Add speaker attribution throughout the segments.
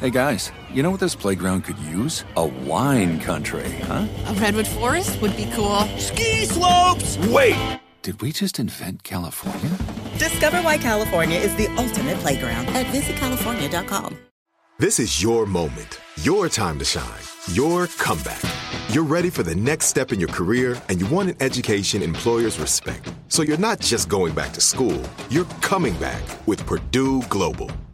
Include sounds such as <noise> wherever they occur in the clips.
Speaker 1: Hey guys, you know what this playground could use? A wine country, huh?
Speaker 2: A redwood forest would be cool.
Speaker 3: Ski slopes!
Speaker 1: Wait! Did we just invent California?
Speaker 4: Discover why California is the ultimate playground at visitcalifornia.com.
Speaker 5: This is your moment, your time to shine, your comeback. You're ready for the next step in your career, and you want an education employers respect. So you're not just going back to school, you're coming back with Purdue Global.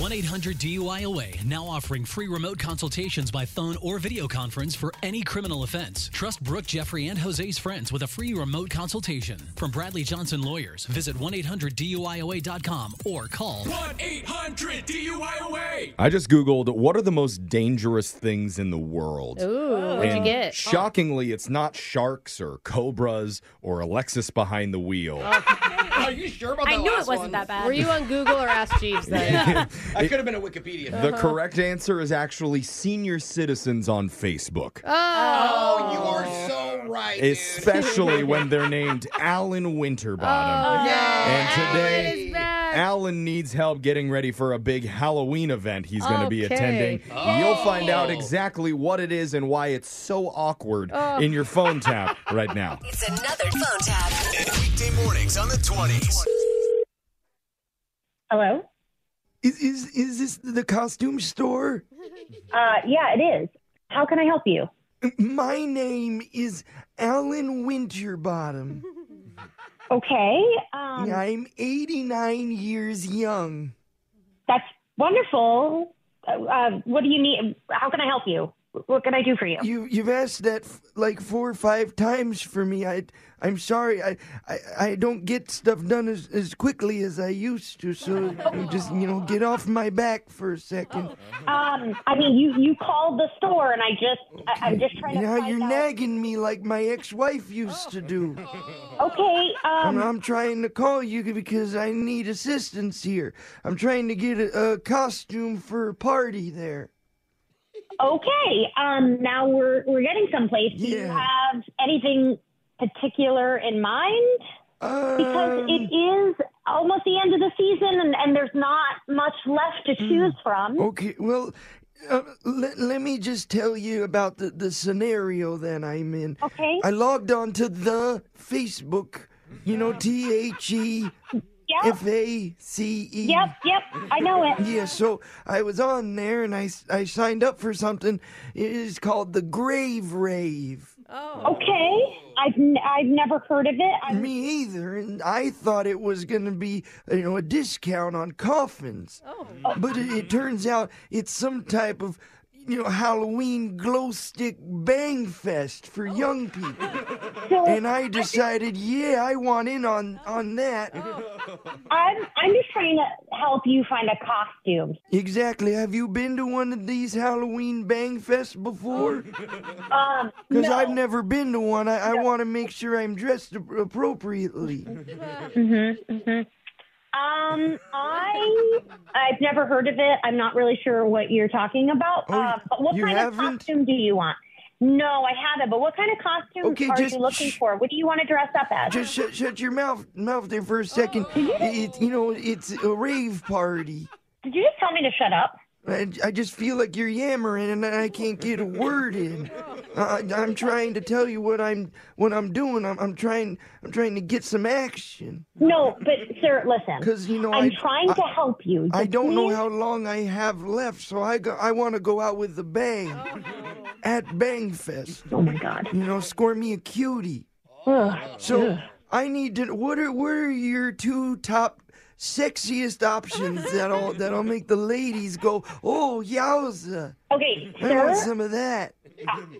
Speaker 6: 1 800 DUIOA now offering free remote consultations by phone or video conference for any criminal offense. Trust Brooke, Jeffrey, and Jose's friends with a free remote consultation. From Bradley Johnson Lawyers, visit 1 800 DUIOA.com or call
Speaker 7: 1 800 DUIOA.
Speaker 8: I just Googled what are the most dangerous things in the world.
Speaker 9: Ooh, what'd you
Speaker 8: And
Speaker 9: get?
Speaker 8: Shockingly, it's not sharks or cobras or Alexis behind the wheel.
Speaker 3: Are you sure about that
Speaker 2: I knew it
Speaker 3: last
Speaker 2: wasn't
Speaker 3: one?
Speaker 2: that bad.
Speaker 9: Were you on Google or Ask Jeeves then?
Speaker 3: That could have been a Wikipedia.
Speaker 8: The correct answer is actually senior citizens on Facebook,
Speaker 3: oh, you are so right, dude.
Speaker 8: especially when they're named Alan
Speaker 10: Oh,
Speaker 8: Winterbottom.
Speaker 9: Oh,
Speaker 8: And today, Alan needs help getting ready for a big Halloween event he's going to be
Speaker 9: Okay.
Speaker 8: attending. You'll find
Speaker 2: Oh.
Speaker 8: out exactly what it is and why it's so awkward in your phone tap right now.
Speaker 2: Oh. <laughs> It's another phone tap.
Speaker 7: Weekday mornings on the 20s.
Speaker 11: Hello?
Speaker 8: Is, is, is this the costume store?
Speaker 11: Uh, yeah, it is. How can I help you?
Speaker 8: My name is Alan Winterbottom.
Speaker 11: Okay. Um,
Speaker 8: I'm 89 years young.
Speaker 11: That's wonderful. Uh, uh, what do you need? How can I help you? What can I do for you?
Speaker 8: You you've asked that f- like four or five times for me. I I'm sorry. I I, I don't get stuff done as, as quickly as I used to. So you just you know get off my back for a second.
Speaker 11: Um, I mean, you, you called the store, and I just, I, I'm just trying to.
Speaker 8: Now
Speaker 11: find
Speaker 8: you're
Speaker 11: out.
Speaker 8: nagging me like my ex-wife used to do.
Speaker 11: Okay.
Speaker 8: I'm,
Speaker 11: Um,
Speaker 8: I'm trying to call you because I need assistance here. I'm trying to get a, a costume for a party there.
Speaker 11: okay. Um, now we're we're getting someplace. Do you
Speaker 8: Yeah.
Speaker 11: have anything particular in mind? Because
Speaker 8: Um,
Speaker 11: it is almost the end of the season, and, and there's not much left
Speaker 8: Hmm.
Speaker 11: to choose from.
Speaker 8: Okay, well, uh, let, let me just tell you about the, the scenario that I'm in.
Speaker 11: Okay.
Speaker 8: I logged on to the Facebook, you know, T H E
Speaker 11: Yep.
Speaker 8: F A C E.
Speaker 11: Yep, yep, I know it.
Speaker 8: Yeah, so I was on there and I, s- I signed up for something. It is called the Grave Rave.
Speaker 11: Okay, I've n- I've never heard of it. I'm,
Speaker 8: Me either, and I thought it was going to be, you know, a discount on coffins. Oh. But it, it turns out it's some type of, you know, Halloween glow stick bang fest for young people.
Speaker 11: so
Speaker 8: And I decided, yeah, I want in on on that.
Speaker 11: I'm I'm just trying to help you find a costume.
Speaker 8: Exactly. Have you been to one of these Halloween bang fests before?
Speaker 11: Um,
Speaker 8: Because
Speaker 11: no.
Speaker 8: I've never been to one. I, I want to make sure I'm dressed ap- appropriately.
Speaker 11: um, I I've never heard of it. I'm not really sure what you're talking about.
Speaker 8: Oh,
Speaker 11: um, but what
Speaker 8: you
Speaker 11: kind
Speaker 8: haven't?
Speaker 11: of costume do you want? No, I haven't. But what kind of costume
Speaker 8: Okay,
Speaker 11: are
Speaker 8: just-
Speaker 11: you looking
Speaker 8: shh.
Speaker 11: for? What do you want to dress up as?
Speaker 8: Just shut, shut your mouth mouth there for a second. It, you know, it's a rave party.
Speaker 11: Did you just tell me to shut up?
Speaker 8: I, I just feel like you're yammering and I can't get a word in. I, I- I'm trying to tell you what I'm what I'm doing. I'm, I'm trying I'm trying to get some action.
Speaker 11: No, but sir, listen.
Speaker 8: Because you know
Speaker 11: I'm
Speaker 8: I,
Speaker 11: trying to
Speaker 8: I-
Speaker 11: help you.
Speaker 8: I
Speaker 11: Just
Speaker 8: don't know
Speaker 11: please-
Speaker 8: how long I have left, so I go, I want to go out with the bang at Bang Fest.
Speaker 11: Oh my God!
Speaker 8: You know, score me a cutie.
Speaker 11: Ugh.
Speaker 8: So
Speaker 11: Ugh.
Speaker 8: I need to. What are what are your two top sexiest options that'll that'll make the ladies go, oh yowza,
Speaker 11: Okay,
Speaker 8: I want
Speaker 11: sir.
Speaker 8: some of that.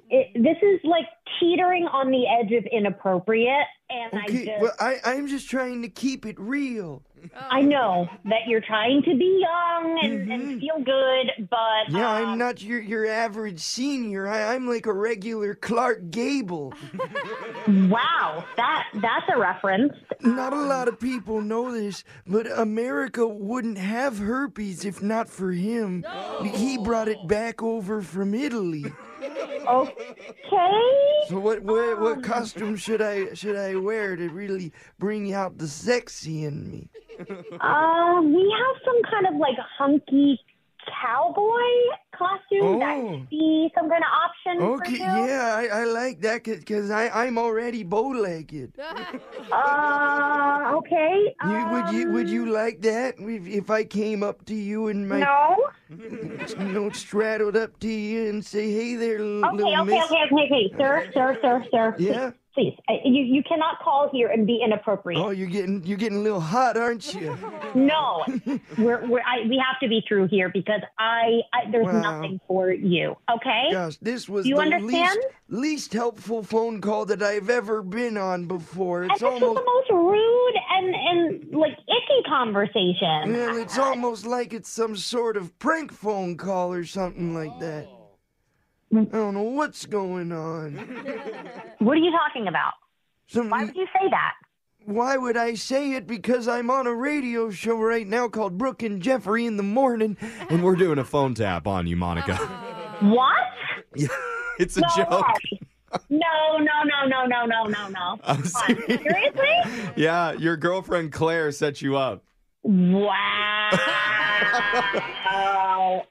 Speaker 11: It, this is like teetering on the edge of inappropriate, and I
Speaker 8: Okay,
Speaker 11: just
Speaker 8: well I I'm just trying to keep it real.
Speaker 11: I know that you're trying to be young and, and feel good, but
Speaker 8: Mm-hmm. Yeah,
Speaker 11: uh,
Speaker 8: I'm not your your average senior. I, I'm like a regular Clark Gable.
Speaker 11: um, wow, that that's a reference.
Speaker 8: Not
Speaker 11: Ah.
Speaker 8: a lot of people know this, but America wouldn't have herpes if not for him. He brought it back over from Italy.
Speaker 11: Okay.
Speaker 8: So what what,
Speaker 11: Um.
Speaker 8: what costume should I should I wear to really bring out the sexy in me?
Speaker 11: Uh, we have some kind of like hunky cowboy costume. That
Speaker 8: Oh.
Speaker 11: could be some kind of option for
Speaker 8: Okay,
Speaker 11: you.
Speaker 8: yeah, I, I like that because I I'm already bow-legged.
Speaker 11: Uh, okay. um,
Speaker 8: You, would you would you like that if, if I came up to you and my
Speaker 11: No.
Speaker 8: you know, straddled up to you and say, "Hey there, l-
Speaker 11: Okay,
Speaker 8: little
Speaker 11: okay,
Speaker 8: miss."
Speaker 11: okay, okay, okay, sir, sir, sir, sir. please,
Speaker 8: Yeah?
Speaker 11: Please, Uh, you you cannot call here and be inappropriate.
Speaker 8: Oh, you're getting you're getting a little hot, aren't
Speaker 11: <laughs>
Speaker 8: you? <laughs>
Speaker 11: No, we're, we're I, we have to be through here because I, I there's
Speaker 8: Wow.
Speaker 11: nothing for you. Okay.
Speaker 8: Gosh, this was
Speaker 11: Do you
Speaker 8: the
Speaker 11: understand?
Speaker 8: least least helpful phone call that I've ever been on before.
Speaker 11: I
Speaker 8: It's
Speaker 11: think it's
Speaker 8: almost
Speaker 11: the most rude and and like icky conversation.
Speaker 8: well, it's almost like it's some sort of prank phone call or something like that. I don't know what's going on.
Speaker 11: What are you talking about?
Speaker 8: Some,
Speaker 11: Why would you say that?
Speaker 8: Why would I say it? Because I'm on a radio show right now called Brooke and Jeffrey in the morning.
Speaker 10: And we're doing a phone tap on you,
Speaker 2: Uh-huh.
Speaker 8: <laughs>
Speaker 10: Monica.
Speaker 11: What?
Speaker 10: Yeah, it's a
Speaker 11: no
Speaker 10: joke.
Speaker 11: way. No, no, no, no, no, no, no,
Speaker 8: <laughs>
Speaker 11: no.
Speaker 10: I'm serious.
Speaker 11: Seriously?
Speaker 10: Yeah, your girlfriend Claire set you up.
Speaker 11: Wow.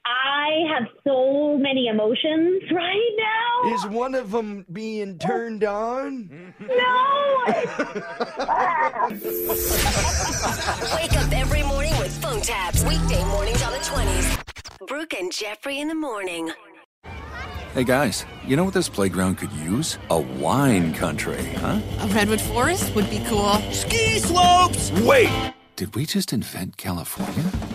Speaker 11: I have so many emotions right now.
Speaker 8: Is one of them being turned on?
Speaker 2: <laughs> Wake up every morning with phone taps. Weekday mornings on the 20s. Brooke and Jeffrey in the morning.
Speaker 1: Hey guys, you know what this playground could use? A wine country, huh?
Speaker 2: A redwood forest would be cool.
Speaker 7: Ski slopes!
Speaker 1: Wait! Did we just invent California?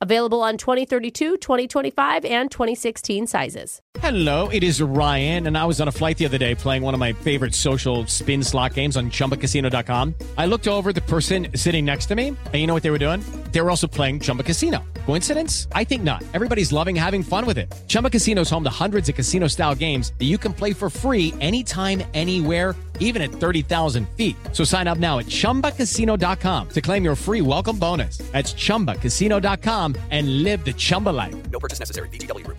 Speaker 9: Available on 2032, 2025, and 2016 sizes.
Speaker 12: Hello, it is Ryan, and I was on a flight the other day playing one of my favorite social spin slot games on chumbacasino.com. I looked over at the person sitting next to me, and you know what they were doing? They were also playing Chumba Casino. Coincidence? I think not. Everybody's loving having fun with it. Chumba Casino is home to hundreds of casino style games that you can play for free anytime, anywhere, even at 30,000 feet. So sign up now at chumbacasino.com to claim your free welcome bonus. That's chumbacasino.com and live the Chumba life.
Speaker 7: No purchase necessary. VGW Group.